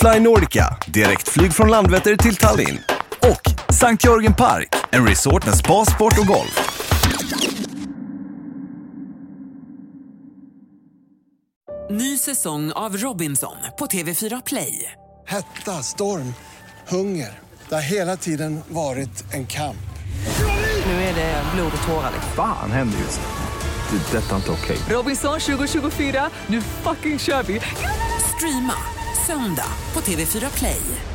[SPEAKER 15] Fly Nordica, direktflyg från Landvetter till Tallinn och Sankt Jörgen Park, en resort med spa, sport och golf.
[SPEAKER 16] Ny säsong av Robinson på TV4 Play.
[SPEAKER 17] Hetta, storm, hunger. Det har hela tiden varit en kamp.
[SPEAKER 16] Nu är det blod och tårar.
[SPEAKER 18] Fan händer just nu. Det. är Detta är inte okej.
[SPEAKER 16] Robinson 2024, nu fucking kör vi! Streama söndag på TV4 Play.